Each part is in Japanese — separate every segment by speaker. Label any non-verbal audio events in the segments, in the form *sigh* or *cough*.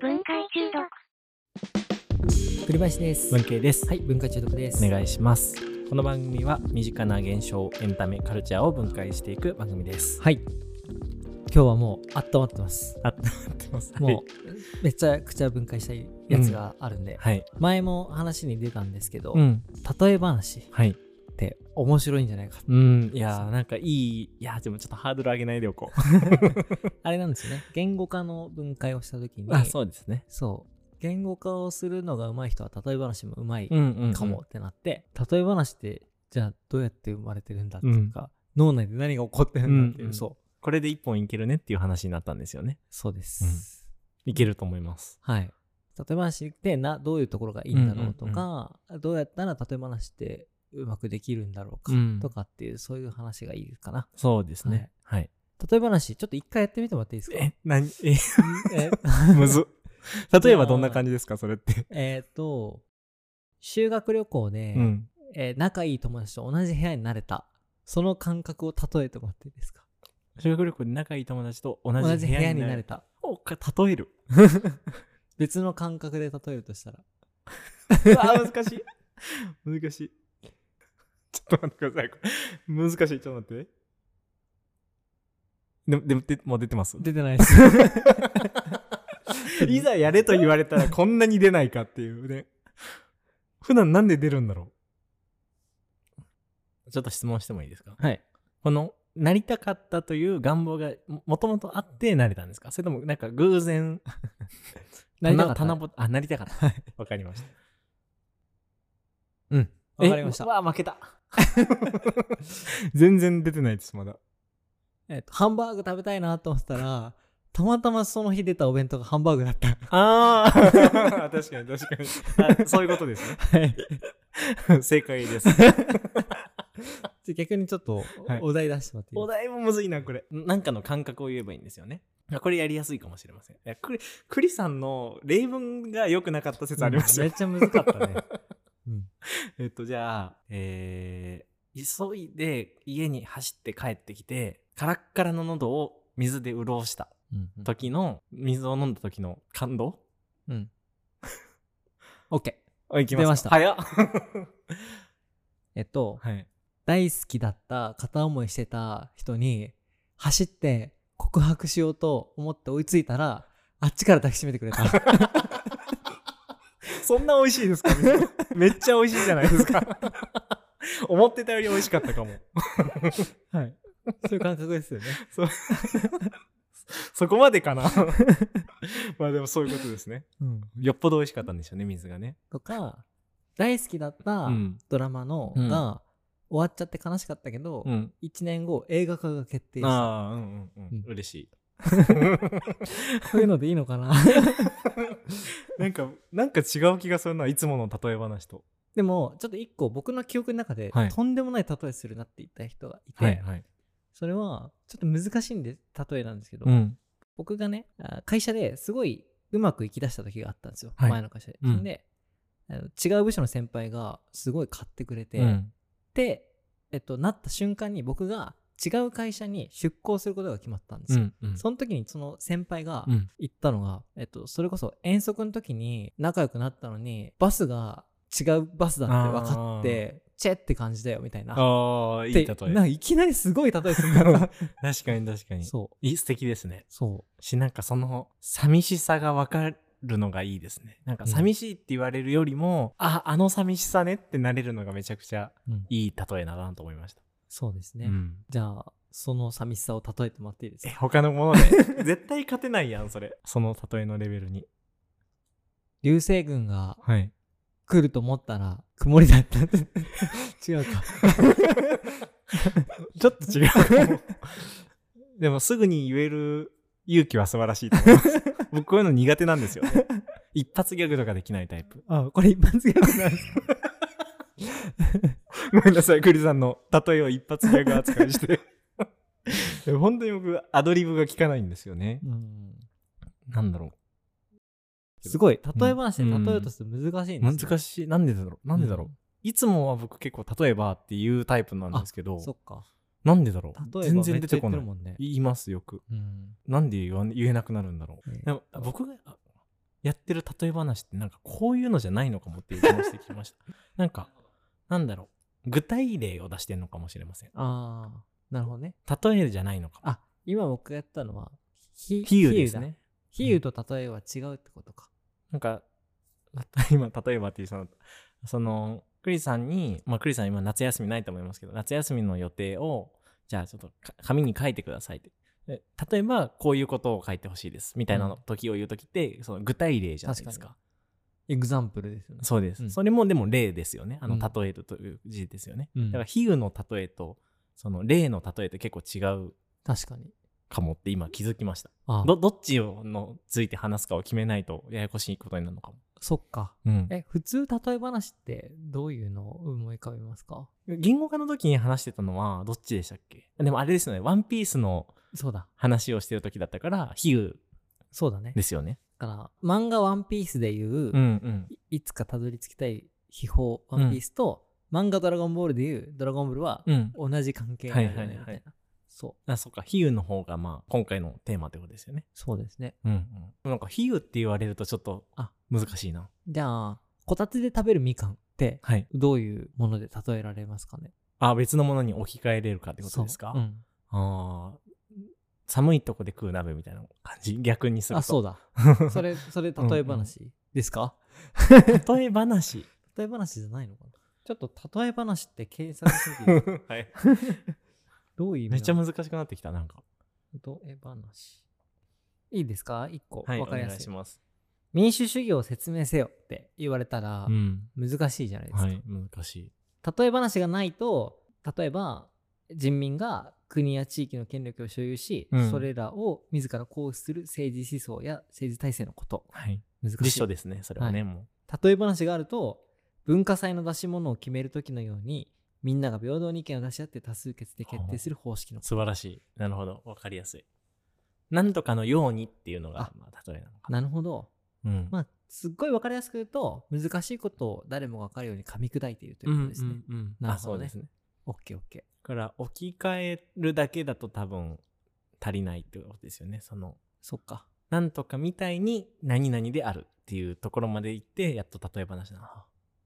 Speaker 1: 文化中毒。
Speaker 2: 栗林です。
Speaker 3: 文系です、
Speaker 2: はい、文化中毒です。
Speaker 3: お願いしますこの番組は身近な現象エンタメカルチャーを分解していく番組です
Speaker 2: はい。今日はもう、あったまってます。
Speaker 3: あってます
Speaker 2: もう、めちゃくちゃ分解したいやつがあるんで、
Speaker 3: はい
Speaker 2: 前も話に出たんですけど、
Speaker 3: ん
Speaker 2: 例え話っ
Speaker 3: はい
Speaker 2: て面白いんじゃないか。
Speaker 3: うんいやーなんかいいいやーでもちょっとハードル上げないでおこ
Speaker 2: あれなんですよね。言語化の分解をしたときに、
Speaker 3: うあそうですね
Speaker 2: そう。言語化をするのが上手い人は、例え話も上手い
Speaker 3: んう
Speaker 2: かもってなって、例え話って、じゃあどうやって生まれてるんだって
Speaker 3: うん
Speaker 2: いうか、脳内で何が起こってるんだっていう、
Speaker 3: うんうん
Speaker 2: そう。
Speaker 3: これで一本いけるねっていう話になったんですよね
Speaker 2: そうです。
Speaker 3: いけると思います
Speaker 2: はい。例え話ってなどういうところがいいんだろうとか、どうやったら例え話ってうまくできるんだろうか
Speaker 3: うん
Speaker 2: とかっていう、そういう話がいいかな。
Speaker 3: そうですねはい、
Speaker 2: 例え話、ちょっと一回やってみてもらっていいですか
Speaker 3: え何 *laughs* え
Speaker 2: *laughs* え *laughs*
Speaker 3: むずっ例えばどんな感じですかそれって
Speaker 2: えっと、修学旅行で、
Speaker 3: うん
Speaker 2: えー仲いい友達と同じ部屋になれた。その感覚を例えてもらっていいですか
Speaker 3: 修学旅行で仲いい友達と同
Speaker 2: 同じ
Speaker 3: じ部
Speaker 2: 部
Speaker 3: 屋
Speaker 2: 屋
Speaker 3: に
Speaker 2: に
Speaker 3: な
Speaker 2: な
Speaker 3: れ
Speaker 2: れ
Speaker 3: た
Speaker 2: た。
Speaker 3: おか例える
Speaker 2: 別の感覚で例えるとしたら。
Speaker 3: あ *laughs* ー難しい難しいちょっと待ってくださいこれ難しいちょっと待ってでもでもでもう出てます
Speaker 2: 出てないです。 *laughs*
Speaker 3: いざやれと言われたらこんなに出ないかっていうね普段なんで出るんだろうちょっと質問してもいいですか
Speaker 2: はい。
Speaker 3: このなりたかったという願望がももともとあってなれたんですかそれともなんか偶然
Speaker 2: なりたかった
Speaker 3: 棚ぼあなりたかったわかりました
Speaker 2: うん。わかりました
Speaker 3: えう。わ、負けた。 *laughs* 全然出てないです、まだ。
Speaker 2: えっと、ハンバーグ食べたいなと思ってたら、たまたまその日出たお弁当がハンバーグだ *laughs* った。
Speaker 3: ああ *laughs* 確かに確かに。そういうことです
Speaker 2: はい。
Speaker 3: ね。 *laughs* 正解です。
Speaker 2: じゃあ逆にちょっとお、
Speaker 3: はい
Speaker 2: お題出してもらっていい
Speaker 3: お
Speaker 2: で
Speaker 3: 題もむずいな、これ。なんかの感覚を言えばいいんですよね。あこれやりやすいかもしれません。いやクリクリさんの例文が良くなかった
Speaker 2: す
Speaker 3: 説
Speaker 2: か
Speaker 3: ありました
Speaker 2: め
Speaker 3: よ
Speaker 2: っ。ちゃ難かったね。
Speaker 3: *laughs* えっと、じゃあ、えー急いで家に走って帰ってきて、カラッカラの喉を水で潤した
Speaker 2: うん。
Speaker 3: 時の、水を飲んだ時の感動
Speaker 2: うん。OK。
Speaker 3: あ、いき
Speaker 2: 出
Speaker 3: か
Speaker 2: ました
Speaker 3: *laughs* 早っ
Speaker 2: えっと、
Speaker 3: はい。
Speaker 2: 大好きだった、片思いしてた人に、走って告白しようと思って追いついたら、あっちから抱きしめてく
Speaker 3: *laughs*
Speaker 2: れた。
Speaker 3: そんな美味しいですか *laughs* めっちゃ美味しいじゃないですか。 *laughs* 思ってたより美味しかったかも。
Speaker 2: はい。そういう感覚ですよね。
Speaker 3: そこまでか *laughs* な。まあでもそういうことですね。
Speaker 2: うん。
Speaker 3: よっぽど美味しかったんでしょうね、水がね。
Speaker 2: とか、大好きだった
Speaker 3: うん
Speaker 2: ドラマの
Speaker 3: うん
Speaker 2: が、終わっちゃって悲しかったけど、
Speaker 3: ん。
Speaker 2: 1年後映画化が決定した
Speaker 3: ああ、うんうんう
Speaker 2: うん
Speaker 3: ん。嬉しい。
Speaker 2: こういうのでいいのか
Speaker 3: *laughs*
Speaker 2: な
Speaker 3: なんか、なんか違う気がするな、いつもの例え話と。
Speaker 2: でもちょっと一個僕の記憶の中で、
Speaker 3: はい
Speaker 2: とんでもない例えするなって言った人がいて、
Speaker 3: はい。
Speaker 2: それはちょっと難しいんで例えなんですけど、
Speaker 3: ん。
Speaker 2: 僕がねあ会社ですごいうまくいきだした時があったんですよ、
Speaker 3: はい
Speaker 2: 前の会社で。
Speaker 3: うん
Speaker 2: であの違う部署の先輩がすごい買ってくれて、
Speaker 3: うん
Speaker 2: で、えっと、なった瞬間に僕が違う会社に出向することが決まったんです
Speaker 3: う
Speaker 2: よ。
Speaker 3: ん。うん
Speaker 2: その時にその先輩が、
Speaker 3: うん
Speaker 2: 行ったのが、えっと、それこそ遠足の時に仲良くなったのにバスが違うバスだって分かってチェって感じだよみたいな。
Speaker 3: ああ、いい
Speaker 2: で
Speaker 3: 例え。確
Speaker 2: なんかいきなりすごい例えす
Speaker 3: *laughs*
Speaker 2: るんだよな
Speaker 3: かに確かに。
Speaker 2: そう
Speaker 3: いい素敵ですね。
Speaker 2: そ
Speaker 3: し、なんかその、寂しさがわかるのがいいですね。なんか、
Speaker 2: うん
Speaker 3: 寂しいって言われるよりも、あ、あの寂しさねってなれるのがめちゃくちゃ
Speaker 2: う、うん
Speaker 3: いい例えだなと思いました。
Speaker 2: そうですね、
Speaker 3: うん
Speaker 2: じゃあその寂しさを例えてもらっていいです
Speaker 3: え、
Speaker 2: か
Speaker 3: 他のもので。 *laughs* 絶対勝てないやん、それ。その例えのレベルに。
Speaker 2: 流星群が
Speaker 3: はい。
Speaker 2: 来ると思ったら曇りだったって
Speaker 3: *laughs*
Speaker 2: 違うか
Speaker 3: *laughs* ちょっと違うかも。でも、すぐに言える勇気は素晴らしいと思い *laughs* ます。僕、こういうの苦手なんですよね。一発ギャグとかできないタイプ。
Speaker 2: あこれ一般的なんですか
Speaker 3: ごめんなさい、栗さんの例えを一発ギャグ扱い *laughs* して。でも本当に僕、アドリブが効かないんですよね。
Speaker 2: うん
Speaker 3: なんだろ
Speaker 2: すごい例え話で例えようとすると難しいん
Speaker 3: う。
Speaker 2: ですよ、
Speaker 3: 難しい。なんでだろう。なんでだろう。いつもは僕結構、例えばっていうタイプなんですけど、
Speaker 2: そっか
Speaker 3: なんでだろう
Speaker 2: 例えば
Speaker 3: 全然出てこ
Speaker 2: めっちゃ言って
Speaker 3: な
Speaker 2: る
Speaker 3: い。
Speaker 2: もんね。
Speaker 3: 言いますよく。
Speaker 2: うん
Speaker 3: なんで言わん言えなくなるんだろう。
Speaker 2: ね
Speaker 3: でも僕があやってる例え話ってなんかこういうのじゃないのかもっていう気もしてき
Speaker 2: *laughs*
Speaker 3: ました。なんか、なんだろう。具体例を出してるのかもしれません。
Speaker 2: ああ、なるほどね。
Speaker 3: 例えじゃないのかも。
Speaker 2: あ、今僕がやったのは、ひ
Speaker 3: 比喩です。ね。
Speaker 2: 比喩だ比喩と例えは違うってことか。
Speaker 3: なんか、 *laughs* 今、例えばっていうその、その、クリさんに、まあ、クリさん今夏休みないと思いますけど、夏休みの予定を、じゃあちょっとか紙に書いてくださいって。で例えば、こういうことを書いてほしいです。みたいなの
Speaker 2: うん
Speaker 3: 時を言う時って、その具体例じゃないですか。
Speaker 2: エグザンプルですよね。
Speaker 3: そうです、
Speaker 2: うん
Speaker 3: それもでも例ですよね。あの、
Speaker 2: うん
Speaker 3: 例えるという字ですよね。
Speaker 2: うん
Speaker 3: だから、比喩の例えと、その例の例えって結構違う
Speaker 2: 確かに。
Speaker 3: かもって今気づきました。
Speaker 2: あ
Speaker 3: ど、どっちをのついて話すかを決めないとややこしいことになるのかも。
Speaker 2: そっか。
Speaker 3: うん。
Speaker 2: え、普通例え話ってどういうのを思い浮かべますか
Speaker 3: 言語化の時に話してたのはどっちでしたっけでもあれですよね。ワンピースの
Speaker 2: そうだ。
Speaker 3: 話をしてる時だったから、比喩
Speaker 2: そうだね。
Speaker 3: ですよね。
Speaker 2: だから、漫画ワンピースでいう、
Speaker 3: うん
Speaker 2: いいつかたどり着きたい秘宝ワンピースと、漫画ドラゴンボールでいうドラゴンボールは
Speaker 3: うん。うん。
Speaker 2: 同じ関係にあるよ
Speaker 3: は
Speaker 2: ねみ
Speaker 3: いはい
Speaker 2: たいな。
Speaker 3: はい
Speaker 2: そう。
Speaker 3: あ、そっか。比喩の方がまあ今回のテーマってことですよね。
Speaker 2: そうですね。
Speaker 3: うん、うん。なんか比喩って言われるとちょっと
Speaker 2: あ
Speaker 3: 難しいな。
Speaker 2: じゃあ、こたつで食べるみかんって
Speaker 3: はい。
Speaker 2: どういうもので例えられますかね
Speaker 3: あ、別のものに置き換えれるかってことですか、
Speaker 2: そううん
Speaker 3: ああ。寒いとこで食う鍋みたいな感
Speaker 2: *laughs*
Speaker 3: じ。逆にすると。
Speaker 2: あ、そう
Speaker 3: だ。
Speaker 2: だ。
Speaker 3: *laughs*
Speaker 2: そ *laughs* れ、それ
Speaker 3: うん
Speaker 2: 例え話ですか、
Speaker 3: 例
Speaker 2: *laughs*
Speaker 3: え話。
Speaker 2: 例え話じゃないのかなちょっと例え話って計算す *laughs* る
Speaker 3: はい。
Speaker 2: どういう意味
Speaker 3: *laughs* めっちゃ
Speaker 2: なの
Speaker 3: 難しくなってきた、なんか。
Speaker 2: 例え話。いいですか一個。
Speaker 3: はい、
Speaker 2: わ
Speaker 3: お
Speaker 2: かり
Speaker 3: 願
Speaker 2: や
Speaker 3: い
Speaker 2: す
Speaker 3: し
Speaker 2: い。
Speaker 3: ます。
Speaker 2: 民主主義を説明せよって言われたら
Speaker 3: う、ん。
Speaker 2: 難しいじゃないですか。
Speaker 3: はい、難しい。
Speaker 2: 例え話がないと例えば人民が国や地域の権力を所有し、
Speaker 3: うん
Speaker 2: それらを自ら行使する政治思想や政治体制のこと
Speaker 3: はい。
Speaker 2: 難しい
Speaker 3: 辞書ですね、それはね、
Speaker 2: は
Speaker 3: も
Speaker 2: 例え話があると文化祭の出し物を決める時のようにみんなが平等に意見を出し合って多数決で決定する方式の
Speaker 3: う。素晴らしい。なるほど、わかりやすい。なんとかのようにっていうのが
Speaker 2: あ、
Speaker 3: まあ、例えなのか。
Speaker 2: なるほど
Speaker 3: うん。
Speaker 2: まあすっごい分かりやすく言うと難しいことを誰もが分かるように噛み砕いていると
Speaker 3: う
Speaker 2: いうんこ
Speaker 3: う
Speaker 2: と
Speaker 3: ん
Speaker 2: ですね、
Speaker 3: うん
Speaker 2: なる
Speaker 3: あ、
Speaker 2: ほ
Speaker 3: そ
Speaker 2: ど
Speaker 3: う
Speaker 2: ね
Speaker 3: ですね。
Speaker 2: オッケーオッケー
Speaker 3: だから、置き換えるだけだと多分、足りないってことですよね。その、
Speaker 2: そっか
Speaker 3: なんとかみたいに何々であるっていうところまで行って、やっと例え話なの。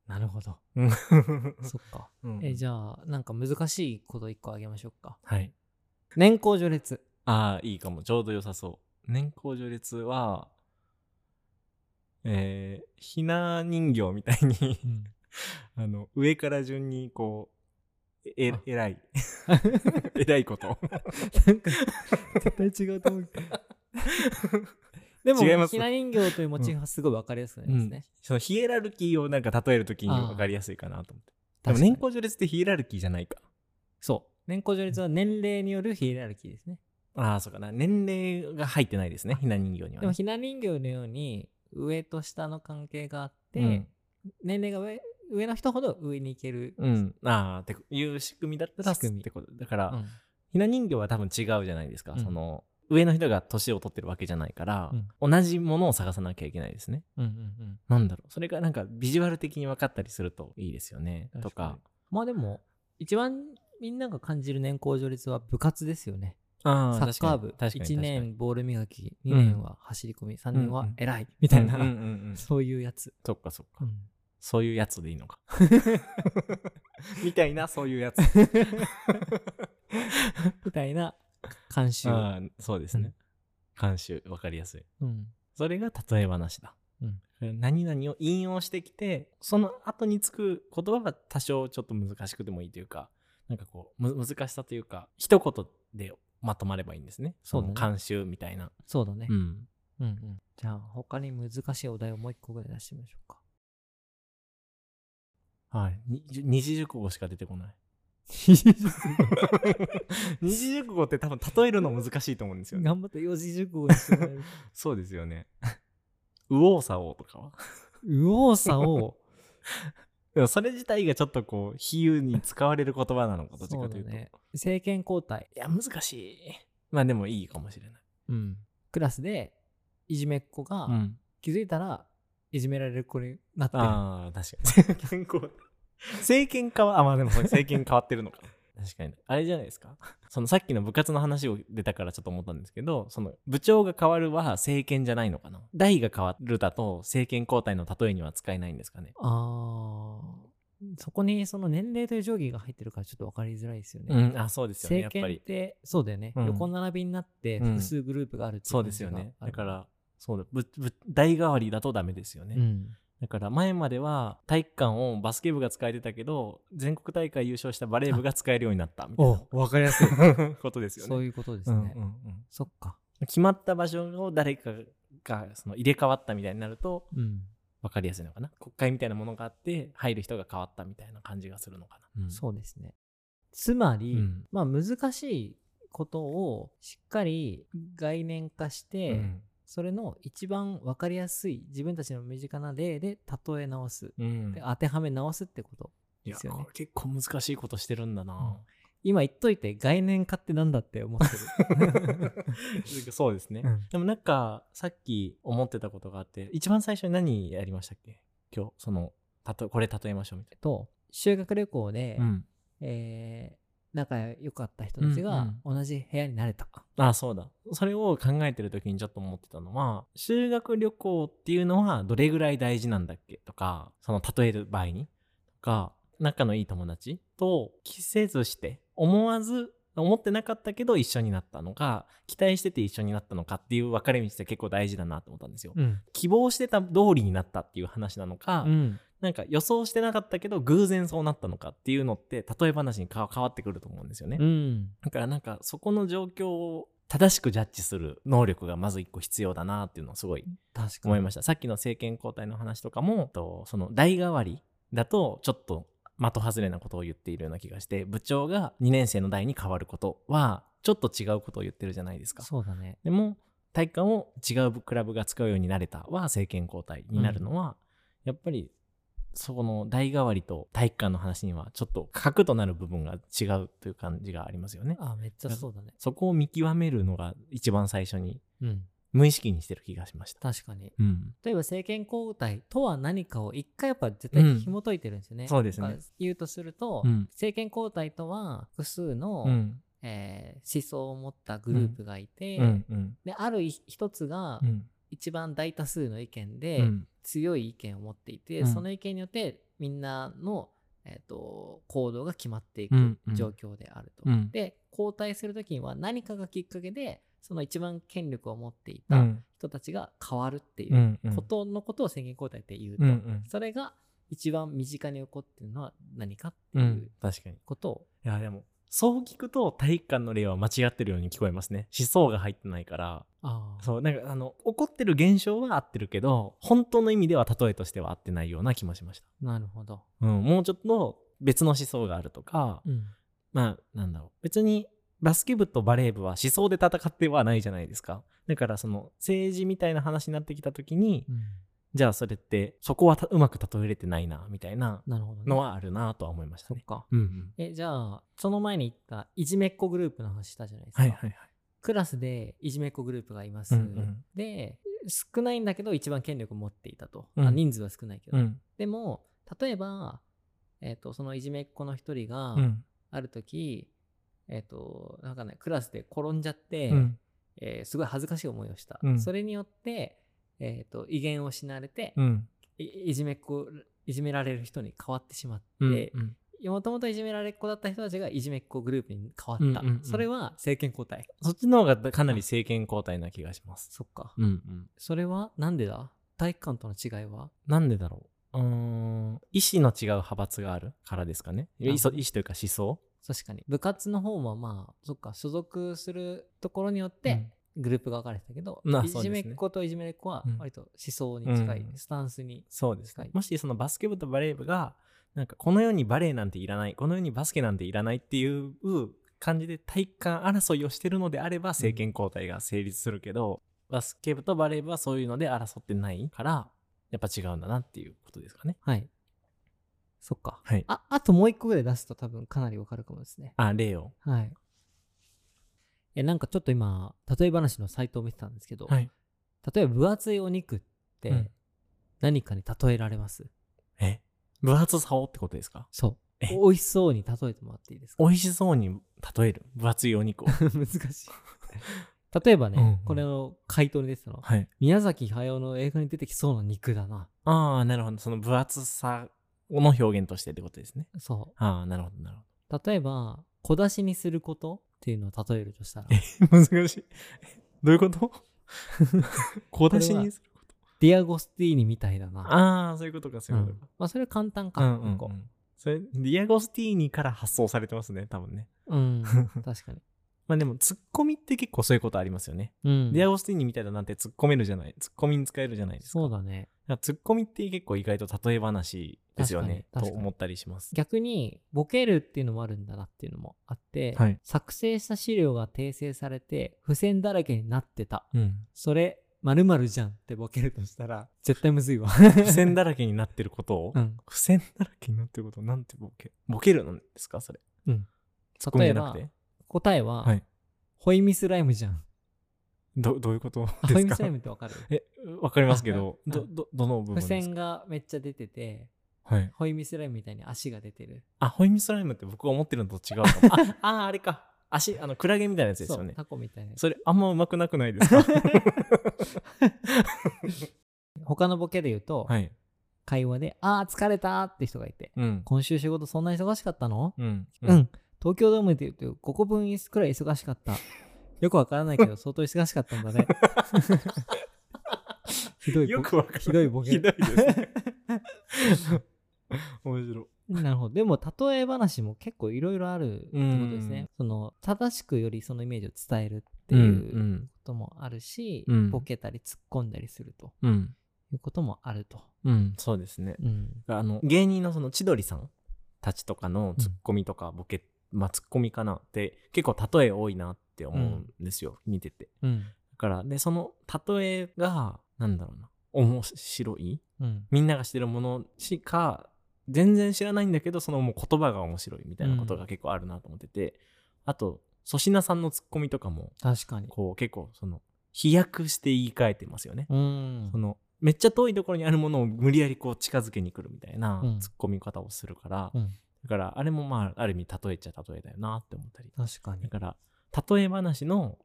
Speaker 2: なるほど
Speaker 3: うん
Speaker 2: そっか
Speaker 3: *laughs* うん
Speaker 2: えじゃあなんか難しいこと一個あげましょうか
Speaker 3: はい。
Speaker 2: 年功序列
Speaker 3: ああ、いいかも。ちょうど良さそう。年功序列は、えー、ひな人形みたいに、 *laughs* あの、上から順に、こう、え、え
Speaker 2: あ
Speaker 3: え
Speaker 2: *laughs*
Speaker 3: らい。えらいこと。
Speaker 2: なんか絶対違うと思う *laughs* で
Speaker 3: 違い
Speaker 2: も
Speaker 3: ます
Speaker 2: ひな人形というモチーフはすごい分かりやすくなりますね、
Speaker 3: そのヒエラルキーをなんか例えるときに
Speaker 2: あー
Speaker 3: 分かりやすいかなと思って。で
Speaker 2: 確か
Speaker 3: も
Speaker 2: に
Speaker 3: 年功序列ってヒエラルキーじゃないか。
Speaker 2: そう年功序列は年齢によるヒエラルキーですね
Speaker 3: ああ、そうかな。年齢が入ってないですね。ひな人形には
Speaker 2: でも
Speaker 3: ね、
Speaker 2: ひな人形のように上と下の関係があって、
Speaker 3: うん
Speaker 2: 年齢が上上の人ほど上に行ける、
Speaker 3: うん。ああ、っていう仕組みだったら、
Speaker 2: 仕組み
Speaker 3: ってこと。だから、
Speaker 2: うん
Speaker 3: ひな人形は多分違うじゃないですか、
Speaker 2: うん
Speaker 3: その上の人が年を取ってるわけじゃないから、同じものを探さなきゃいけないですね
Speaker 2: うんうんうん
Speaker 3: なんだろうそれがなんかビジュアル的に分かったりするといいですよねと
Speaker 2: 確か
Speaker 3: か
Speaker 2: にまあでも一番みんなが感じる年功序列は部活ですよね
Speaker 3: あ
Speaker 2: サッカー部
Speaker 3: 確かに
Speaker 2: 1年ボール磨き2年は走り込み3年は偉いみ
Speaker 3: み
Speaker 2: たいな、
Speaker 3: うんうんう
Speaker 2: *laughs*
Speaker 3: ん、
Speaker 2: そういうやつ、
Speaker 3: そっかそっか、そういうやつでいいの
Speaker 2: *laughs*
Speaker 3: かみたいなそういうやつ
Speaker 2: みたいな慣習、
Speaker 3: あーそうですね、慣習分かりやすい
Speaker 2: うん
Speaker 3: それが例え話だ。
Speaker 2: うん
Speaker 3: 何々を引用してきて、その後につく言葉は多少ちょっと難しくてもいいというか、なんかこう、む難しさというか、一言でまとまればいいんですね。
Speaker 2: そ
Speaker 3: そう
Speaker 2: だ
Speaker 3: の
Speaker 2: ね
Speaker 3: 慣習みたいな。
Speaker 2: そうだね、
Speaker 3: うん。
Speaker 2: うんうんじゃあ他に難しいお題をもう一個ぐらい出してみましょう
Speaker 3: *laughs*
Speaker 2: か
Speaker 3: はい。に二字熟語しか出て
Speaker 2: *laughs*
Speaker 3: こない。二字熟語って多分例えるの難しいと思うんですよね。
Speaker 2: 頑張って四字熟語にしてもらえる
Speaker 3: そうですよね。右往左往とかは *laughs*
Speaker 2: 右往左往
Speaker 3: でもそれ自体がちょっとこう、比喩に使われる言葉なのか、どっち
Speaker 2: そ
Speaker 3: か
Speaker 2: う
Speaker 3: と
Speaker 2: だ
Speaker 3: いうと。
Speaker 2: ね政権交代、
Speaker 3: いや、難しい。まあでもいいかもしれない。
Speaker 2: うん、クラスでいじめっ子が、
Speaker 3: うん。
Speaker 2: 気づいたらいじめられる子になってる
Speaker 3: *laughs* ああ、確かに。政権交代。政権変わ、あ、まあでもそれ政権変わってるのか。確かに。あれじゃないですか。そのさっきの部活の話を出たからちょっと思ったんですけど、その部長が変わるは政権じゃないのかな。代が変わるだと政権交代の例えには使えないんですかね。
Speaker 2: あーそこにその年齢という定規が入ってるからちょっと分かりづらいですよね。
Speaker 3: うん、あ、そうですよね。や
Speaker 2: 政
Speaker 3: っぱ
Speaker 2: 権っ
Speaker 3: り。
Speaker 2: てそうだよね、
Speaker 3: うん
Speaker 2: 横並びになって
Speaker 3: うん
Speaker 2: 複数グループがあるってい
Speaker 3: そう
Speaker 2: 感
Speaker 3: です
Speaker 2: じ
Speaker 3: よ
Speaker 2: が
Speaker 3: ね。
Speaker 2: あ
Speaker 3: だ
Speaker 2: る
Speaker 3: から、そうだ。ぶぶ代替わりだとダメですよね。
Speaker 2: うん
Speaker 3: だから前までは体育館をバスケ部が使えてたけど全国大会優勝したバレー部が使えるようになったみたい
Speaker 2: お分かりやすい
Speaker 3: な *laughs* ことですよね。
Speaker 2: そういうことですね、
Speaker 3: うんうんうん
Speaker 2: そっか
Speaker 3: 決まった場所を誰かがその入れ替わったみたいになると
Speaker 2: うん、
Speaker 3: 分かりやすいのかな国会みたいなものがあって入る人が変わったみたいな感じがするのかな。
Speaker 2: そうですねつま
Speaker 3: う
Speaker 2: り、
Speaker 3: ん
Speaker 2: まあ難しいことをしっかり概念化して、
Speaker 3: うん
Speaker 2: それの一番分かりやすい自分たちの身近な例で例え直す、
Speaker 3: うん
Speaker 2: で当てはめ直すってこと
Speaker 3: いや
Speaker 2: ですよね
Speaker 3: これ結構難しいことしてるんだな。
Speaker 2: 今言っといて概念化ってなんだって思ってる
Speaker 3: *laughs* そうですね、
Speaker 2: うん
Speaker 3: でもなんかさっき思ってたことがあって一番最初に何やりましたっけ今日そのたとこれ例えましょうみたい
Speaker 2: と修学旅行で、
Speaker 3: な。うん
Speaker 2: えー仲良かった人たちが同じ部屋になれた、
Speaker 3: あそうだそれを考えてる時にちょっと思ってたのは修学旅行っていうのはどれぐらい大事なんだっけとかその例える場合にとか仲のいい友達と着せずして思わず思ってなかったけど一緒になったのか期待してて一緒になったのかっていう分かれ道って結構大事だなと思ったんですよ。
Speaker 2: うん
Speaker 3: 希望してた通りになったっていう話なのか、なんか予想してなかったけど偶然そうなったのかっていうのって例え話にか変わってくると思うんですよね。
Speaker 2: うん
Speaker 3: だからなんかそこの状況を正しくジャッジする能力がまず一個必要だなっていうのはすごい
Speaker 2: 確かに
Speaker 3: 思いました。さっきの政権交代の話とかも、とその代替わりだとちょっと的外れなことを言っているような気がして、部長が2年生の代に変わることはちょっと違うことを言ってるじゃないですか。
Speaker 2: そうだね
Speaker 3: でも体育館を違うクラブが使うようになれたは政権交代になるのは、やっぱりそこの代替わりと体育館の話にはちょっと核となる部分が違うという感じがありますよね。
Speaker 2: あめっちゃそうだね
Speaker 3: そこを見極めるのが一番最初に
Speaker 2: うん
Speaker 3: 無意識にしてる気がしました。
Speaker 2: 確かに
Speaker 3: うん、
Speaker 2: 例えば政権交代とは何かを一回やっぱ絶対紐解いてるんですよね、
Speaker 3: うんそうですね
Speaker 2: だから言うとすると、
Speaker 3: うん
Speaker 2: 政権交代とは複数の、
Speaker 3: うん、
Speaker 2: えー思想を持ったグループがいて、
Speaker 3: うん、うん、
Speaker 2: である一つが
Speaker 3: うん、
Speaker 2: 一番大多数の意見で、
Speaker 3: うん、
Speaker 2: 強い意見を持っていて、
Speaker 3: うん
Speaker 2: その意見によってみんなの、えー、と行動が決まってい
Speaker 3: うん
Speaker 2: く
Speaker 3: うん
Speaker 2: 状況であると。
Speaker 3: うん
Speaker 2: で交代する時には何かがきっかけでその一番権力を持ってい
Speaker 3: うん、う
Speaker 2: た
Speaker 3: ん、
Speaker 2: 人たちが変わるって
Speaker 3: う、
Speaker 2: いうん
Speaker 3: うん、
Speaker 2: ことのことを宣言交代って言うと、
Speaker 3: うん、うん、
Speaker 2: それが一番身近に起こってるのは何かって
Speaker 3: う
Speaker 2: い
Speaker 3: ん
Speaker 2: う、
Speaker 3: 確かに。
Speaker 2: ことを、
Speaker 3: いや、でも、そう聞くと体育館の例は間違ってるように聞こえますね。思想が入ってないから。
Speaker 2: あー
Speaker 3: そうなんかあの起こってる現象は合ってるけど本当の意味では例えとしては合ってないような気もしまし
Speaker 2: なるほど。
Speaker 3: た、うん、もうちょっと別の思想があるとか、
Speaker 2: うん
Speaker 3: まあなんだろう別にバスケ部とバレー部は思想で戦ってはないじゃないですかだからその政治みたいな話になってきた時に
Speaker 2: うん
Speaker 3: じゃあそれってそこはたうまく例えれてないなみたいな
Speaker 2: なるほどね。
Speaker 3: のはあるなとは思いました
Speaker 2: そっ
Speaker 3: ね
Speaker 2: か。
Speaker 3: うんうん
Speaker 2: えじゃあその前に言ったいじめっ子グループの話したじゃないですか。
Speaker 3: はいはいはい
Speaker 2: クラスでいじめっ子グループがいます、
Speaker 3: うんうん
Speaker 2: で少ないんだけど一番権力を持っていたと、
Speaker 3: うん
Speaker 2: あ人数は少ないけど、
Speaker 3: うん
Speaker 2: でも例えば、えー、とそのいじめっ子の一人が
Speaker 3: うん
Speaker 2: ある時、えっ、となんかねクラスで転んじゃって、
Speaker 3: うん
Speaker 2: えーすごい恥ずかしい思いをした、
Speaker 3: うん
Speaker 2: それによって、えー、と威厳を失われて、
Speaker 3: うん
Speaker 2: いいじめっ子いじめられる人に変わってしまって、
Speaker 3: うん
Speaker 2: もともといじめられっ子だった人たちがいじめっ子グループに変わった、
Speaker 3: うんうんうん
Speaker 2: それは政権交代
Speaker 3: そっちの方がかなり政権交代な気がします
Speaker 2: そっか
Speaker 3: うんうん
Speaker 2: それはなんでだ体育館との違いは
Speaker 3: なんでだろう。うーん。意思の違う派閥があるからですかね。
Speaker 2: なる
Speaker 3: い
Speaker 2: ほど
Speaker 3: そ意思というか思想。
Speaker 2: 確かに部活の方はまあそっか所属するところによってグループが分かれてたけど、
Speaker 3: まあ
Speaker 2: い
Speaker 3: そう
Speaker 2: じめ
Speaker 3: ですね
Speaker 2: っ子といじめっ子は
Speaker 3: うん
Speaker 2: 割と思想に近い、
Speaker 3: うん
Speaker 2: スタンスに
Speaker 3: そうです
Speaker 2: 近い
Speaker 3: もしそのバスケ部とバレー部が、なんかこの世にバレーなんていらない、この世にバスケなんていらないっていう感じで体感争いをしてるのであれば政権交代が成立するけど、バスケ部とバレー部はそういうので争ってないから、やっぱ違うんだなっていうことですかね。
Speaker 2: はいそっか、
Speaker 3: はい
Speaker 2: ああともう一個ぐらい出すと多分かなり分かるかもですね
Speaker 3: あ、例を。
Speaker 2: はいえなんかちょっと今例え話のサイトを見てたんですけど、
Speaker 3: はい
Speaker 2: 例えば分厚いお肉っ
Speaker 3: う
Speaker 2: て
Speaker 3: ん
Speaker 2: 何かに例えられます、
Speaker 3: え分厚さをってことですか
Speaker 2: そう
Speaker 3: え
Speaker 2: 美味しそうに例えてもらっていいですか
Speaker 3: 美味しそうに例える分厚いお肉を
Speaker 2: *laughs* 難しい。例えばね、
Speaker 3: うんうん
Speaker 2: これの回答に出てたの。
Speaker 3: *laughs* はい
Speaker 2: 宮崎駿の映画に出てきそうな肉だな。
Speaker 3: ああなるほどその分厚さの表現としてってことですね
Speaker 2: そ
Speaker 3: ああなるほどなるほ
Speaker 2: う。例えば、小出しにすることっていうのを例えるとしたら、 *laughs*
Speaker 3: ど難しいどういうこと *laughs* 小出しにする
Speaker 2: ディアゴスティーニみたいだな。
Speaker 3: ああそういうことかそうういうんことか、
Speaker 2: まあ、それは簡単か。
Speaker 3: うんうんうん
Speaker 2: 結構
Speaker 3: それディアゴスティーニから発想されてますね多
Speaker 2: *laughs*
Speaker 3: 分ね *laughs*
Speaker 2: うん、確かに。
Speaker 3: まあでもツッコミって結構そういうことありますよね、
Speaker 2: うん。
Speaker 3: ディアゴスティーニみたいだなんて突っ込めるじゃない突っ込みに使えるじゃないですか
Speaker 2: そうだね。
Speaker 3: だからツッコミって結構意外と例え話ですよね
Speaker 2: 確かに確
Speaker 3: と
Speaker 2: かに
Speaker 3: 思ったりします
Speaker 2: 逆に、ボケるっていうのもあるんだなっていうのもあって、
Speaker 3: はい
Speaker 2: 作成した資料が訂正されて、付箋だらけになってた。 *laughs*
Speaker 3: うん
Speaker 2: それ、〇〇じゃんってボケるとしたら、絶対むずいわ。
Speaker 3: 付箋だらけになってることを、
Speaker 2: うん。
Speaker 3: 付箋だらけになってることをなんてボケボケるなんですかそれツッコミ
Speaker 2: 例
Speaker 3: じ
Speaker 2: え
Speaker 3: ゃな
Speaker 2: ば
Speaker 3: く、て
Speaker 2: 答えは、
Speaker 3: はい
Speaker 2: ホイミスライム
Speaker 3: *laughs*
Speaker 2: じゃん。
Speaker 3: どどういうこと
Speaker 2: ホイ
Speaker 3: で
Speaker 2: ミ
Speaker 3: す
Speaker 2: スライ
Speaker 3: か
Speaker 2: ムってわかる
Speaker 3: えわかりますけど
Speaker 2: あ
Speaker 3: どどどの部分
Speaker 2: 付
Speaker 3: ですか
Speaker 2: 箋がめっちゃ出てて、
Speaker 3: はい
Speaker 2: ホイミスライムみたいに足が出てる。
Speaker 3: あホイミスライムって僕が思ってるのと違うかもあ *laughs* あーあれか足あのクラゲみたいなやつですよね
Speaker 2: タコみたいなやつ。
Speaker 3: それあんまうまくなくないですか
Speaker 2: 他のボケで言うと、
Speaker 3: *laughs* はい
Speaker 2: 会話で、あー疲れたーって人がいて、
Speaker 3: うん
Speaker 2: 今週仕事そんな忙しかったの、
Speaker 3: うん
Speaker 2: うん、東京ドームで言うと5個分くらい忙しか
Speaker 3: *laughs*
Speaker 2: った。よくわからないけど、相当忙しかったんだね。ひどいボケ
Speaker 3: よくわかる
Speaker 2: ひどいボケ
Speaker 3: ひどいですね面白い
Speaker 2: なるほど。でも、例え話も結構いろいろあるってことですね。その、正しくよりそのイメージを伝えるっていううこともあるし、
Speaker 3: うん
Speaker 2: ボケたり突っ込んだりすると
Speaker 3: うんうん
Speaker 2: いうこともあると。
Speaker 3: うんそうですね
Speaker 2: うん。
Speaker 3: あの芸人のその千鳥さんたちとかのツッコミとかボケ、まあツッコミかなって結構例え多いなって思うんですよ、見てて
Speaker 2: うん。
Speaker 3: だからでその例えがなんだろうな面白い
Speaker 2: うん。
Speaker 3: みんなが知ってるものしか全然知らないんだけどそのもう言葉が面白いみたいなことが結構あるなと思ってて、あと粗品さんのツッコミとかも
Speaker 2: 確かに。
Speaker 3: こう結構その飛躍して言い換えてますよね、
Speaker 2: うん
Speaker 3: そ。のめっちゃ遠いところにあるものを無理やりこう近づけに来るみたいな
Speaker 2: うん
Speaker 3: ツッコミ方をするから、
Speaker 2: うん
Speaker 3: だからあれもまあある意味例えちゃ例えだよなって思ったり
Speaker 2: 確かに
Speaker 3: だ。から例え話の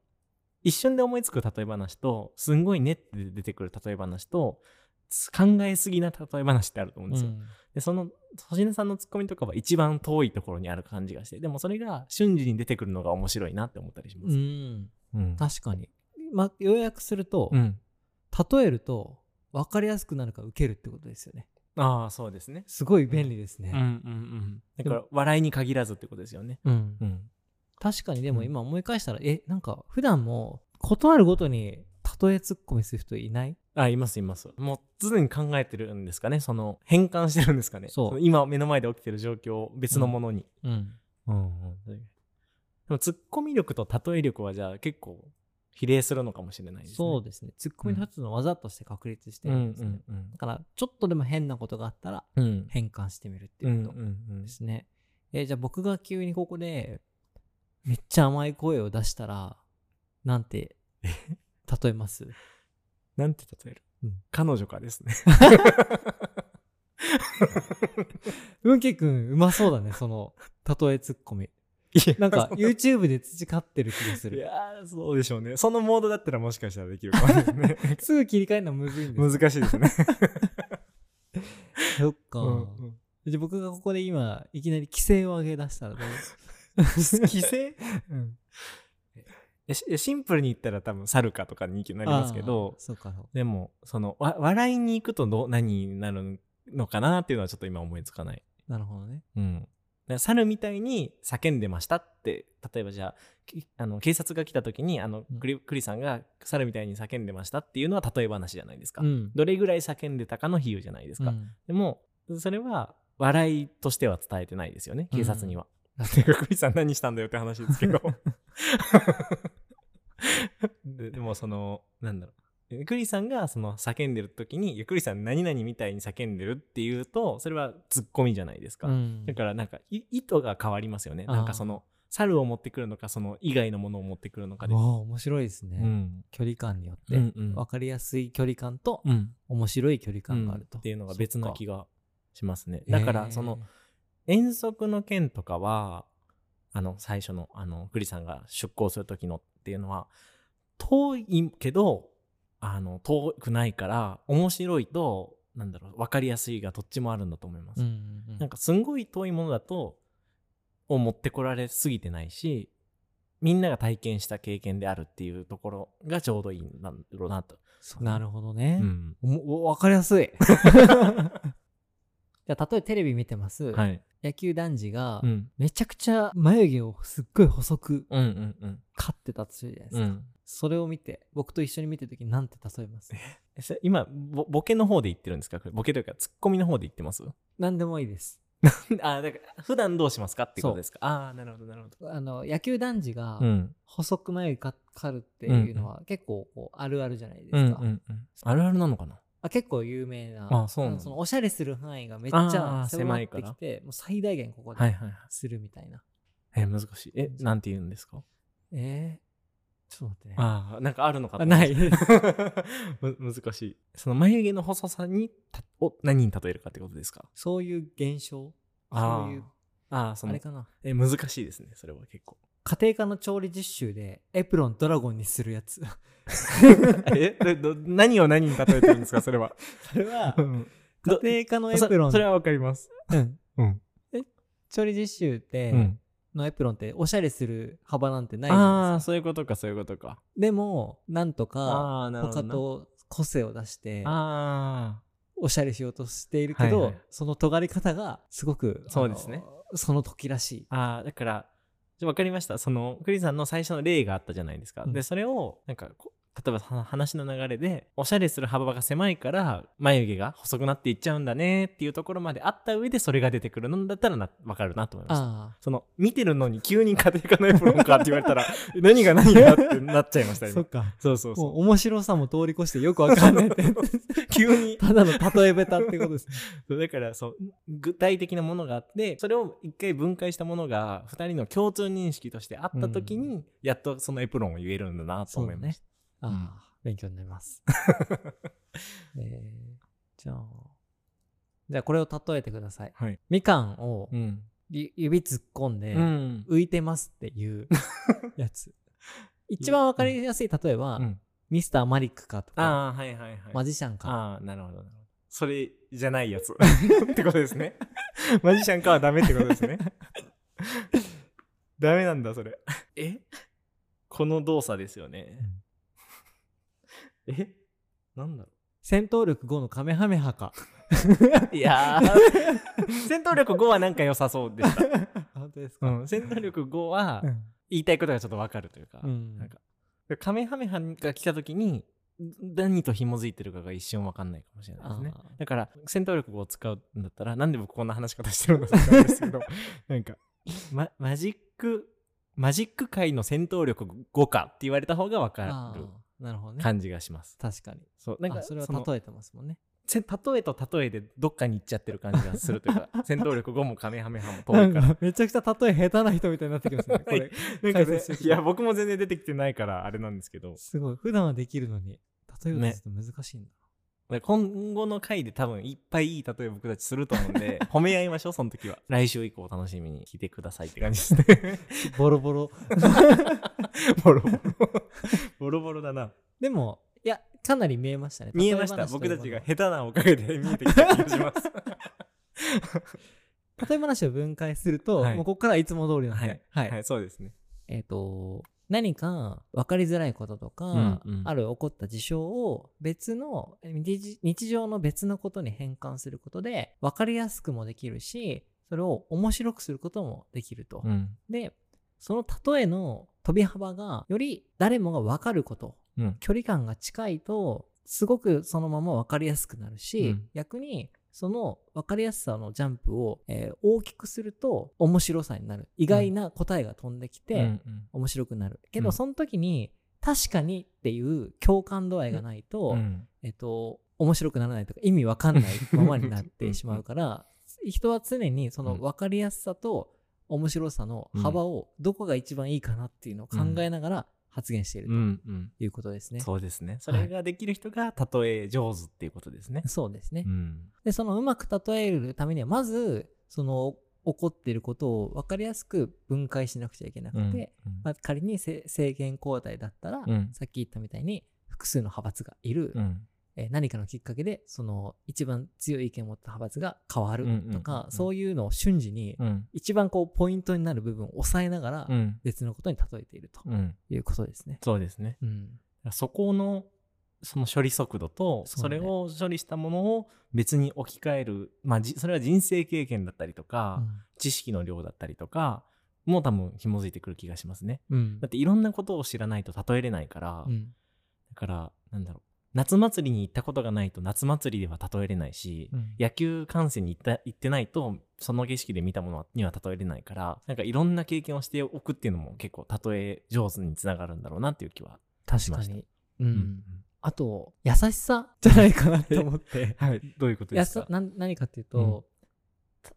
Speaker 3: 一瞬で思いつく例え話とすんごいねって出てくる例え話とつ考えすぎな例え話ってあると思うんですよ。
Speaker 2: うん
Speaker 3: でその粗品さんのツッコミとかは一番遠いところにある感じがしてでもそれが瞬時に出てくるのが面白いなって思ったりしま
Speaker 2: う
Speaker 3: す。
Speaker 2: ん。
Speaker 3: うん
Speaker 2: 確かに。ま、要約すると、
Speaker 3: うん
Speaker 2: 例えると、分かりやすくなるから受けるってことですよね。
Speaker 3: ああそうですね。
Speaker 2: すごい便利です
Speaker 3: うんう
Speaker 2: ね。
Speaker 3: んうん。だから笑いに限らずってことですよね。
Speaker 2: うん
Speaker 3: うん、
Speaker 2: 確かにで
Speaker 3: う
Speaker 2: も
Speaker 3: ん
Speaker 2: 今思い返したら、えなんか普段も断るごとに例えツッコミする人いない
Speaker 3: あいますいますもう常に考えてるんですかねその変換してるんですかね
Speaker 2: そう
Speaker 3: の今目の前で起きてる状況を別のものに、
Speaker 2: うん
Speaker 3: うんうんでもツッコミ力と例え力はじゃあ結構比例するのかもしれないですね
Speaker 2: そうですねツッコミの一つの技として確立してるんですね、
Speaker 3: うんうん
Speaker 2: だからちょっとでも変なことがあったら
Speaker 3: うんうん
Speaker 2: 変換してみるって
Speaker 3: う
Speaker 2: い
Speaker 3: ん
Speaker 2: う
Speaker 3: う
Speaker 2: こと
Speaker 3: ん
Speaker 2: ですね、えじゃあ僕が急にここでめっちゃ甘い声を出したらなんて例えます
Speaker 3: なんて例える、
Speaker 2: うん
Speaker 3: 彼女かですね
Speaker 2: うんけくんうまそうだねその例えツッコミ
Speaker 3: いや
Speaker 2: なん
Speaker 3: *laughs*
Speaker 2: か YouTube で培ってる気がす
Speaker 3: い
Speaker 2: る
Speaker 3: やーそうでしょうねそのモードだったらもしかしたらできるかもしれないね
Speaker 2: すぐ切り替えるのむずいんですよ
Speaker 3: 難しいですね
Speaker 2: そっか。
Speaker 3: うんうん
Speaker 2: じゃあ僕がここで今、いきなり規制を上げ出したらどう
Speaker 3: 規制、えしシンプルに言ったら多分サルカとかになりますけど
Speaker 2: あーそうかそうか。
Speaker 3: でもそのわ笑いに行くとどう何になるのかなっていうのはちょっと今思いつかない、
Speaker 2: なるほどね。
Speaker 3: うん、だから猿みたいに叫んでましたって例えばじゃあきあの警察が来た時にあの
Speaker 2: うん
Speaker 3: クリクリさんが猿みたいに叫んでましたっていうのは例え話じゃないですか、
Speaker 2: うん。
Speaker 3: どれぐらい叫んでたかの比喩じゃないですか、
Speaker 2: うん
Speaker 3: でもそれは笑いとしては伝えてないですよね警察には、
Speaker 2: うん
Speaker 3: てか、クリさん何したんだよって話ですけど。 *laughs* ででも、その、なんだろう。クリさんがその叫んでる時に、いやクリさん何々みたいに叫んでるっていうと、それはツッコミじゃないですか。
Speaker 2: うん
Speaker 3: だから、なんかい、意図が変わりますよね。
Speaker 2: あー
Speaker 3: なんかその、猿を持ってくるのか、その以外のものを持ってくるのかで。
Speaker 2: わあ面白いです
Speaker 3: う
Speaker 2: ね。
Speaker 3: ん。
Speaker 2: 距離感によって、
Speaker 3: う
Speaker 2: 分
Speaker 3: んうん
Speaker 2: かりやすい距離感と、
Speaker 3: うん。
Speaker 2: 面白い距離感があると。
Speaker 3: っていうのが別な気
Speaker 2: が
Speaker 3: がしますね。だから、その、、遠足の件とかは、あの、最初の、あの、栗さんが出航する時のっていうのは、遠いけど、あの、遠くないから、面白いと、なんだろう、わかりやすいがどっちもあるんだと思います。
Speaker 2: うんうんうん
Speaker 3: なんかすんごい遠いものだと、を持ってこられすぎてないし、みんなが体験した経験であるっていうところがちょうどいいんだろうなと。
Speaker 2: そうなるほどね
Speaker 3: う。ん。
Speaker 2: おもわかりやす
Speaker 3: *laughs*
Speaker 2: い。じゃあ、例えばテレビ見てます。
Speaker 3: はい。
Speaker 2: 野球男児が
Speaker 3: う、ん。
Speaker 2: めちゃくちゃ眉毛をすっごい細く
Speaker 3: うんうんうん。
Speaker 2: 刈ってたとするじゃないです
Speaker 3: う
Speaker 2: か。
Speaker 3: ん
Speaker 2: それを見て、僕と一緒に見てるときに何て例えます
Speaker 3: えそれ今ボ、ボケの方で言ってるんですかこれボケというか、ツッコミの方で言ってます
Speaker 2: 何でもいいです。
Speaker 3: *laughs* あだから、普段どうしますかってことですかああ、なるほど、なるほど。
Speaker 2: あの、野球男児が
Speaker 3: うん。
Speaker 2: 細く眉毛か刈るっていうのは結構こうあるあるじゃないですか。
Speaker 3: うんうんうん。あるあるなのかな
Speaker 2: あ結構有名な
Speaker 3: あそうなんだ
Speaker 2: のそのおしゃれする範囲がめっちゃ
Speaker 3: あー
Speaker 2: 狭ま
Speaker 3: 狭
Speaker 2: っ
Speaker 3: いか
Speaker 2: て
Speaker 3: ら
Speaker 2: きてもう最大限ここ
Speaker 3: はい
Speaker 2: で
Speaker 3: はいはい。
Speaker 2: するみたいな、
Speaker 3: え難しい。え、なんて言うんですか
Speaker 2: えー、ちょっと待ってね
Speaker 3: ああ、なんかあるのかと
Speaker 2: あ
Speaker 3: 思いま
Speaker 2: な
Speaker 3: し
Speaker 2: い
Speaker 3: た *laughs* む難しい。その眉毛の細さにたを何に例えるかってことですか
Speaker 2: そういう現象
Speaker 3: あー
Speaker 2: そういう
Speaker 3: ああ、そ
Speaker 2: あれ
Speaker 3: の
Speaker 2: かな
Speaker 3: え難しいですね、それは結 *laughs* 構。
Speaker 2: 家庭科の調理実習でエプロンドラゴンにするやつ
Speaker 3: えどど何を何に例えてるんですか、 *laughs* それは。
Speaker 2: それは
Speaker 3: うんど
Speaker 2: 家庭科のエプロン
Speaker 3: そそれはわかります。
Speaker 2: うん
Speaker 3: うん
Speaker 2: え調理実習って、
Speaker 3: うん
Speaker 2: のエプロンっておしゃれする幅なんてないじゃない
Speaker 3: あ
Speaker 2: で
Speaker 3: あ、
Speaker 2: すか
Speaker 3: そういうことか、そういうことか。
Speaker 2: でもなんとか
Speaker 3: ああ、なるほど
Speaker 2: 他
Speaker 3: な。
Speaker 2: と個性を出して
Speaker 3: あ
Speaker 2: おしゃれしようとしているけど、
Speaker 3: はいはい
Speaker 2: その尖り方がすごく
Speaker 3: そうですね
Speaker 2: あのその時らしい
Speaker 3: あ、ああ、だから、じゃわかりました。その、クリさんの最初の例があったじゃないですか。
Speaker 2: うん
Speaker 3: で、それを、なんかこう、例えばは話の流れで、おしゃれする幅が狭いから、眉毛が細くなっていっちゃうんだねっていうところまであった上で、それが出てくるのだったらな、わかるなと思いました。
Speaker 2: あ
Speaker 3: その、見てるのに急に家庭科のエプロンかって言われたら、
Speaker 2: *laughs*
Speaker 3: 何が何がってなっちゃいました、
Speaker 2: あそっ
Speaker 3: 今。
Speaker 2: か
Speaker 3: そうそう
Speaker 2: も
Speaker 3: そう
Speaker 2: 面白さも通り越してよくわかん
Speaker 3: *laughs*
Speaker 2: ないって
Speaker 3: う。急に。
Speaker 2: ただの例えべたってことですね
Speaker 3: そうだからそう具体的なものがあってそれを一回分解したものが2人の共通認識としてあった時に、やっとそのエプロンを言えるんだなと思いま
Speaker 2: あ
Speaker 3: し
Speaker 2: あ、
Speaker 3: うん
Speaker 2: 勉強になり
Speaker 3: *laughs*
Speaker 2: ます、えーじゃあじゃあこれを例えてください
Speaker 3: た。はい、
Speaker 2: みかんを
Speaker 3: うん
Speaker 2: ゆ指突っ込んで
Speaker 3: うん
Speaker 2: 浮いてますっていう
Speaker 3: *laughs*
Speaker 2: やつ一番わかりやすい例えば、
Speaker 3: うん
Speaker 2: ミスターマリックかとか
Speaker 3: ああはいはいはい。
Speaker 2: マジシャンか
Speaker 3: ああなるほどなるほど。それじゃないや *laughs* つってことですね。マジシャンかはダメってことですね。ダメなんだそれ。えこの動作ですよね。えなんだろう
Speaker 2: 戦闘力5のカメハメハ
Speaker 3: *laughs*
Speaker 2: か
Speaker 3: いや *laughs* 戦闘力5はなんか良さそうでした。
Speaker 2: 本当ですか、
Speaker 3: うん、戦闘力5は
Speaker 2: うん
Speaker 3: 言いたいことがちょっとわかるというか、
Speaker 2: うん
Speaker 3: なんかカメハメハが来た時に何と紐づいてるかが一瞬わかんないかもしれないですね
Speaker 2: あー
Speaker 3: だから戦闘力5を使うんだったらなんで僕こんな話し方してるんだって感じです *laughs* けどなんか、ま、マジックマジック界の戦闘力5かって言われた方がわか
Speaker 2: あ
Speaker 3: る
Speaker 2: ーなるほどね
Speaker 3: 感じがします。
Speaker 2: 確かに
Speaker 3: そうなん
Speaker 2: あ
Speaker 3: か
Speaker 2: それは
Speaker 3: の
Speaker 2: 例えてますもんね
Speaker 3: せ例えと例えでどっかに行っちゃってる感じがするという *laughs* か戦闘力5もカメハメハも遠いか
Speaker 2: な
Speaker 3: ら
Speaker 2: んかめちゃくちゃ例え下手な人みたいになってきますねこれ
Speaker 3: なん
Speaker 2: 解
Speaker 3: か
Speaker 2: 説
Speaker 3: ね
Speaker 2: してくれ
Speaker 3: いや、僕も全然出てきてないから、あれなんですけど、
Speaker 2: すごい普段はできるのに例えようとすると難しいんだ、
Speaker 3: 今後の回で多分いっぱいいい例え僕たちすると思うん *laughs* で、褒め合いましょう、その時は。来週以降楽しみに聞いてくださいって感じですね。
Speaker 2: ボロボロ
Speaker 3: *laughs* ボロボロ。ボロボロだ *laughs* な。
Speaker 2: でもいやかなり見えましたね
Speaker 3: 見えました。
Speaker 2: 例え話とい
Speaker 3: 僕
Speaker 2: うも
Speaker 3: た
Speaker 2: の
Speaker 3: ちが下手なおかげで見えてきた気がします。
Speaker 2: 例え話を分解すると、
Speaker 3: はい
Speaker 2: もうここからはいつも通りなんで、はい
Speaker 3: *laughs* はい、そうですね。
Speaker 2: えっ、と何か分かりづらいこととか、
Speaker 3: うんうん
Speaker 2: ある起こった事象を別の日日常の別のことに変換することで分かりやすくもできるしそれを面白くすることもできると、
Speaker 3: ん。
Speaker 2: でその例えの飛び幅がより誰もが分かること
Speaker 3: うん。
Speaker 2: 距離感が近いとすごくそのまま分かりやすくなるし、
Speaker 3: うん
Speaker 2: 逆にその分かりやすさのジャンプを、えー大きくすると面白さになる意外な答えが飛んできて、面白くなるけど、
Speaker 3: うん
Speaker 2: その時に確かにっていう共感度合いがないと、
Speaker 3: うん
Speaker 2: えっと面白くならないとか意味わかんないままになってしまうから人は常にその
Speaker 3: うん
Speaker 2: 分かりやすさと面白さの幅をどこが一番いいかなっていうのを考えながら発言している
Speaker 3: うん。うん。
Speaker 2: ということですね。
Speaker 3: そうですね。それができる人が、たとえ上手っていうことですね。
Speaker 2: そうですね
Speaker 3: う。ん。
Speaker 2: で、そのうまく例えるためには、まず、その起こっていることを分かりやすく分解しなくちゃいけなくて、
Speaker 3: うん
Speaker 2: まあ、仮にせ政権交代だったら、
Speaker 3: うん
Speaker 2: さっき言ったみたいに複数の派閥がいる、
Speaker 3: うん
Speaker 2: えー何かのきっかけでその一番強い意見を持った派閥が変わるとか、
Speaker 3: うんうんうんうん
Speaker 2: そういうのを瞬時に
Speaker 3: うん
Speaker 2: 一番こうポイントになる部分を抑えながら
Speaker 3: うん
Speaker 2: 別のことに例えていると
Speaker 3: うん
Speaker 2: いうことですね。
Speaker 3: そうですね
Speaker 2: うん
Speaker 3: そこのその処理速度と
Speaker 2: そ
Speaker 3: そう
Speaker 2: ね
Speaker 3: れを処理したものを別に置き換える、まあ、じそれは人生経験だったりとか、知識の量だったりとかもう多分紐づいてくる気がしますね
Speaker 2: うん
Speaker 3: だっていろんなことを知らないと例えれないから、
Speaker 2: うん
Speaker 3: だからなんだろう夏祭りに行ったことがないと夏祭りでは例えれないし、
Speaker 2: うん
Speaker 3: 野球観戦に行った行ってないとその景色で見たものには例えれないからなんかいろんな経験をしておくっていうのも結構例え上手につながるんだろうなっていう気は
Speaker 2: 確
Speaker 3: しま
Speaker 2: か
Speaker 3: した
Speaker 2: に、うん
Speaker 3: うん。
Speaker 2: あと優しさじゃないかなって思って
Speaker 3: はい、 *laughs* どういうこと
Speaker 2: や
Speaker 3: です
Speaker 2: さ
Speaker 3: か
Speaker 2: なん何かっていうと、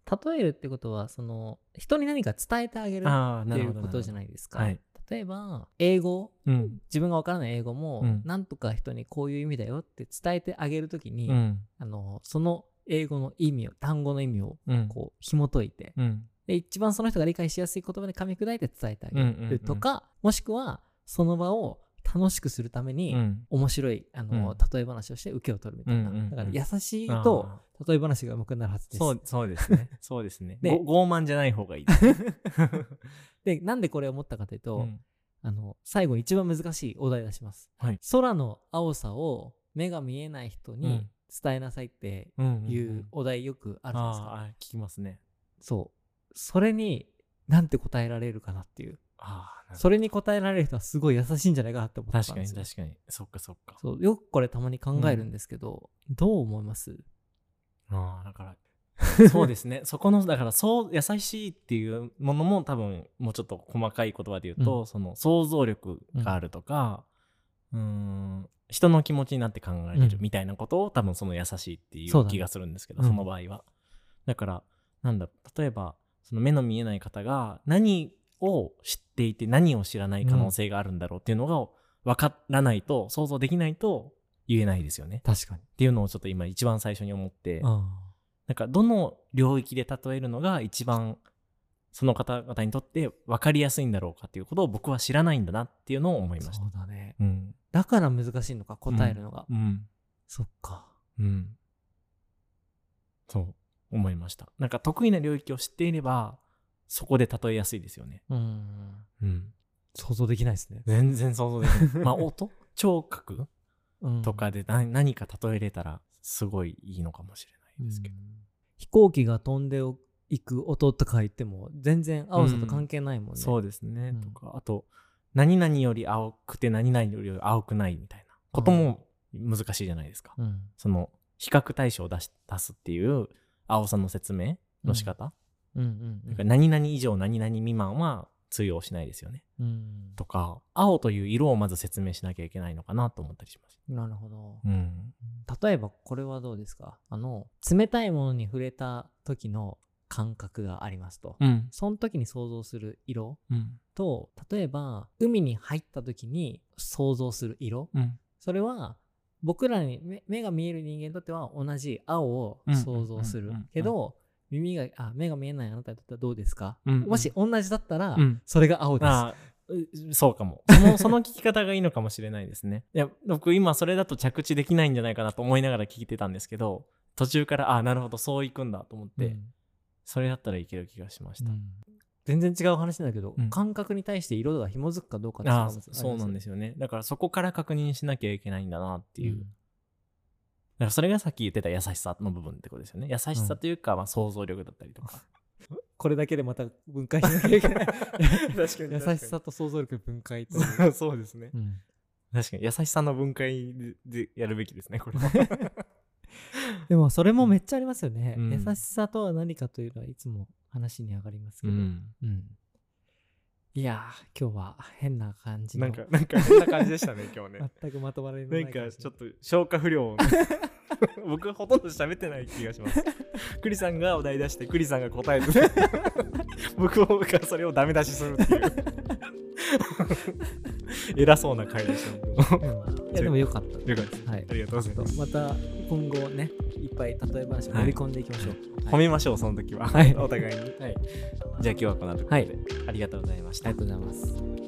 Speaker 2: た例えるってことはその人に何か伝えてあげるっ
Speaker 3: ああ、
Speaker 2: ていうことじゃ
Speaker 3: ない。
Speaker 2: ないですか。
Speaker 3: はい
Speaker 2: 例えば英語
Speaker 3: うん。
Speaker 2: 自分がわからない英語も、
Speaker 3: うん
Speaker 2: なんとか人にこういう意味だよって伝えてあげるときに、
Speaker 3: うん。
Speaker 2: あのその英語の意味を単語の意味を
Speaker 3: うん。
Speaker 2: こう紐解いて、
Speaker 3: うん。
Speaker 2: で一番その人が理解しやすい言葉で噛み砕いて伝えてあ
Speaker 3: うん。
Speaker 2: げるとか、もしくはその場を楽しくするため
Speaker 3: う
Speaker 2: に、
Speaker 3: ん。うん。
Speaker 2: 面白いあの、
Speaker 3: うん
Speaker 2: 例え話をして受けを取るみたいな、
Speaker 3: うんうんうん
Speaker 2: だから優しい
Speaker 3: あー
Speaker 2: と例え話が上手くなるはずです。
Speaker 3: そう、そうです
Speaker 2: *laughs*
Speaker 3: ね。そうですね。
Speaker 2: で
Speaker 3: ご傲慢じゃない
Speaker 2: *laughs*
Speaker 3: 方がいいですね。
Speaker 2: でなんでこれを思ったかというと、
Speaker 3: うん
Speaker 2: あの最後に一番難しいお題出します、
Speaker 3: はい
Speaker 2: 空の青さを目が見えない人
Speaker 3: う
Speaker 2: に
Speaker 3: ん
Speaker 2: 伝えなさいって
Speaker 3: うんんん
Speaker 2: いうお題よくあるじゃないですか、
Speaker 3: あーあー、聞きますね。
Speaker 2: そうそれになんて答えられるかなっていう
Speaker 3: ああ、
Speaker 2: それに答えられる人はすごい優しいんじゃないかなって思ったんです
Speaker 3: 確
Speaker 2: よ
Speaker 3: かに確かに。そっかそっか。
Speaker 2: そうよくこれたまに考えるんですけど、どう思います
Speaker 3: ああ、
Speaker 2: *laughs*
Speaker 3: だから。そうですね。そこの、だから、そう、優しいっていうものも多分、もうちょっと細かい言葉で言うと、
Speaker 2: う
Speaker 3: その、想像力があるとか、うーん、人の気持ちになって考えれる
Speaker 2: うん
Speaker 3: みたいなことを、多分その優しいってい
Speaker 2: そうだ
Speaker 3: う
Speaker 2: ね
Speaker 3: 気がするんですけど、
Speaker 2: うん
Speaker 3: その場合は。だから、なんだ、例えば、その目の見えない方が何を知っていて何を知らない可能性があるんだろうっていうのが分からないと、想像できないと言えないですよね。
Speaker 2: 確かに
Speaker 3: っていうのをちょっと今一番最初に思って、
Speaker 2: あ
Speaker 3: なんかどの領域で例えるのが一番その方々にとって分かりやすいんだろうかっていうことを僕は知らないんだなっていうのを思い
Speaker 2: ー
Speaker 3: まし
Speaker 2: そ
Speaker 3: た。
Speaker 2: うだね
Speaker 3: うん。
Speaker 2: だから難しいのか答えるのが、
Speaker 3: うん。
Speaker 2: そっか
Speaker 3: うん。そう思いました。なんか得意な領域を知っていればそこで例えやすいですよね。
Speaker 2: うん
Speaker 3: うん。
Speaker 2: 想像できないですね
Speaker 3: 全然想像でき *laughs* ない。まあ音聴覚
Speaker 2: うん
Speaker 3: とかでな何か例えれたらすごいいいのかもしれないですけど。
Speaker 2: うん飛行機が飛んでいく音とか言っても全然青さと関係ないもんね、
Speaker 3: そうですね、
Speaker 2: うん
Speaker 3: とかあと何々より青くて何々より青くないみたいなことも難しいじゃないですか、
Speaker 2: うん
Speaker 3: その比較対象を出し出すっていう青さの説明の仕方、
Speaker 2: うんうんうん
Speaker 3: だから何々以上何々未満は通用しないですよね
Speaker 2: うん
Speaker 3: とか青という色をまず説明しなきゃいけないのかなと思ったりします
Speaker 2: なるほど、
Speaker 3: うん
Speaker 2: 例えばこれはどうですかあの冷たいものに触れた時の感覚がありますと、
Speaker 3: うん
Speaker 2: その時に想像する色
Speaker 3: うん
Speaker 2: と例えば海に入った時に想像する色、
Speaker 3: うん
Speaker 2: それは僕らに目目が見える人間にとっては同じ青を想像する
Speaker 3: うんうんうんうん
Speaker 2: けど耳があ目が見えないあなたにとってはどうですか、
Speaker 3: うん
Speaker 2: もし同じだったら、
Speaker 3: うん
Speaker 2: それが青です。
Speaker 3: あうそうかもその *laughs* その聞き方がいいのかもしれないですねいや僕今それだと着地できないんじゃないかなと思いながら聞いてたんですけど途中からあなるほどそういくんだと思って、
Speaker 2: うん
Speaker 3: それだったらいける気がしました、
Speaker 2: 全然違う話なんだけど、
Speaker 3: うん
Speaker 2: 感覚に対して色が紐づくかどうかって
Speaker 3: あそそうなんですすよねだからそこから確認しなきゃいけないんだなっていう、
Speaker 2: うん
Speaker 3: だからそれがさっき言ってた優しさの部分ってことですよね優しさというか、まあ、想像力だったりと *laughs* か
Speaker 2: これだけでまた分解しなきゃいけない
Speaker 3: 確か
Speaker 2: *laughs* 優しさと想像力分解と、
Speaker 3: そうですね
Speaker 2: *laughs* うん
Speaker 3: 確かに優しさの分解ででやるべきですねこれは
Speaker 2: でもそれもめっちゃありますよね、
Speaker 3: うん
Speaker 2: 優しさとは何かというのはいつも話に上がりますけど、うんいやー今日は変な感じの
Speaker 3: なんか、なんか変な感じ
Speaker 2: *laughs*
Speaker 3: でしたね、今日ね。
Speaker 2: 全くまとまりの
Speaker 3: な
Speaker 2: ない
Speaker 3: んかちょっ
Speaker 2: と
Speaker 3: と消化不良 *laughs* をね僕はほとんど喋ってない気がします。クリさんがお題出して、クリさん
Speaker 2: *laughs*
Speaker 3: が答えて、僕がそれをダメ出しするっ
Speaker 2: *laughs*
Speaker 3: ていう。偉そうな回でした。よか
Speaker 2: いやでもよかった
Speaker 3: ったです。
Speaker 2: はい
Speaker 3: ありがとうございます。
Speaker 2: また今後ねいっぱい例え話を盛り込んでいきましょう。
Speaker 3: 褒めましょう、その時は。
Speaker 2: はい
Speaker 3: お互いに。はい。じゃあ今日はこんなところで、
Speaker 2: はい
Speaker 3: ありがとうございまし
Speaker 2: あ
Speaker 3: た
Speaker 2: りが。とうございます。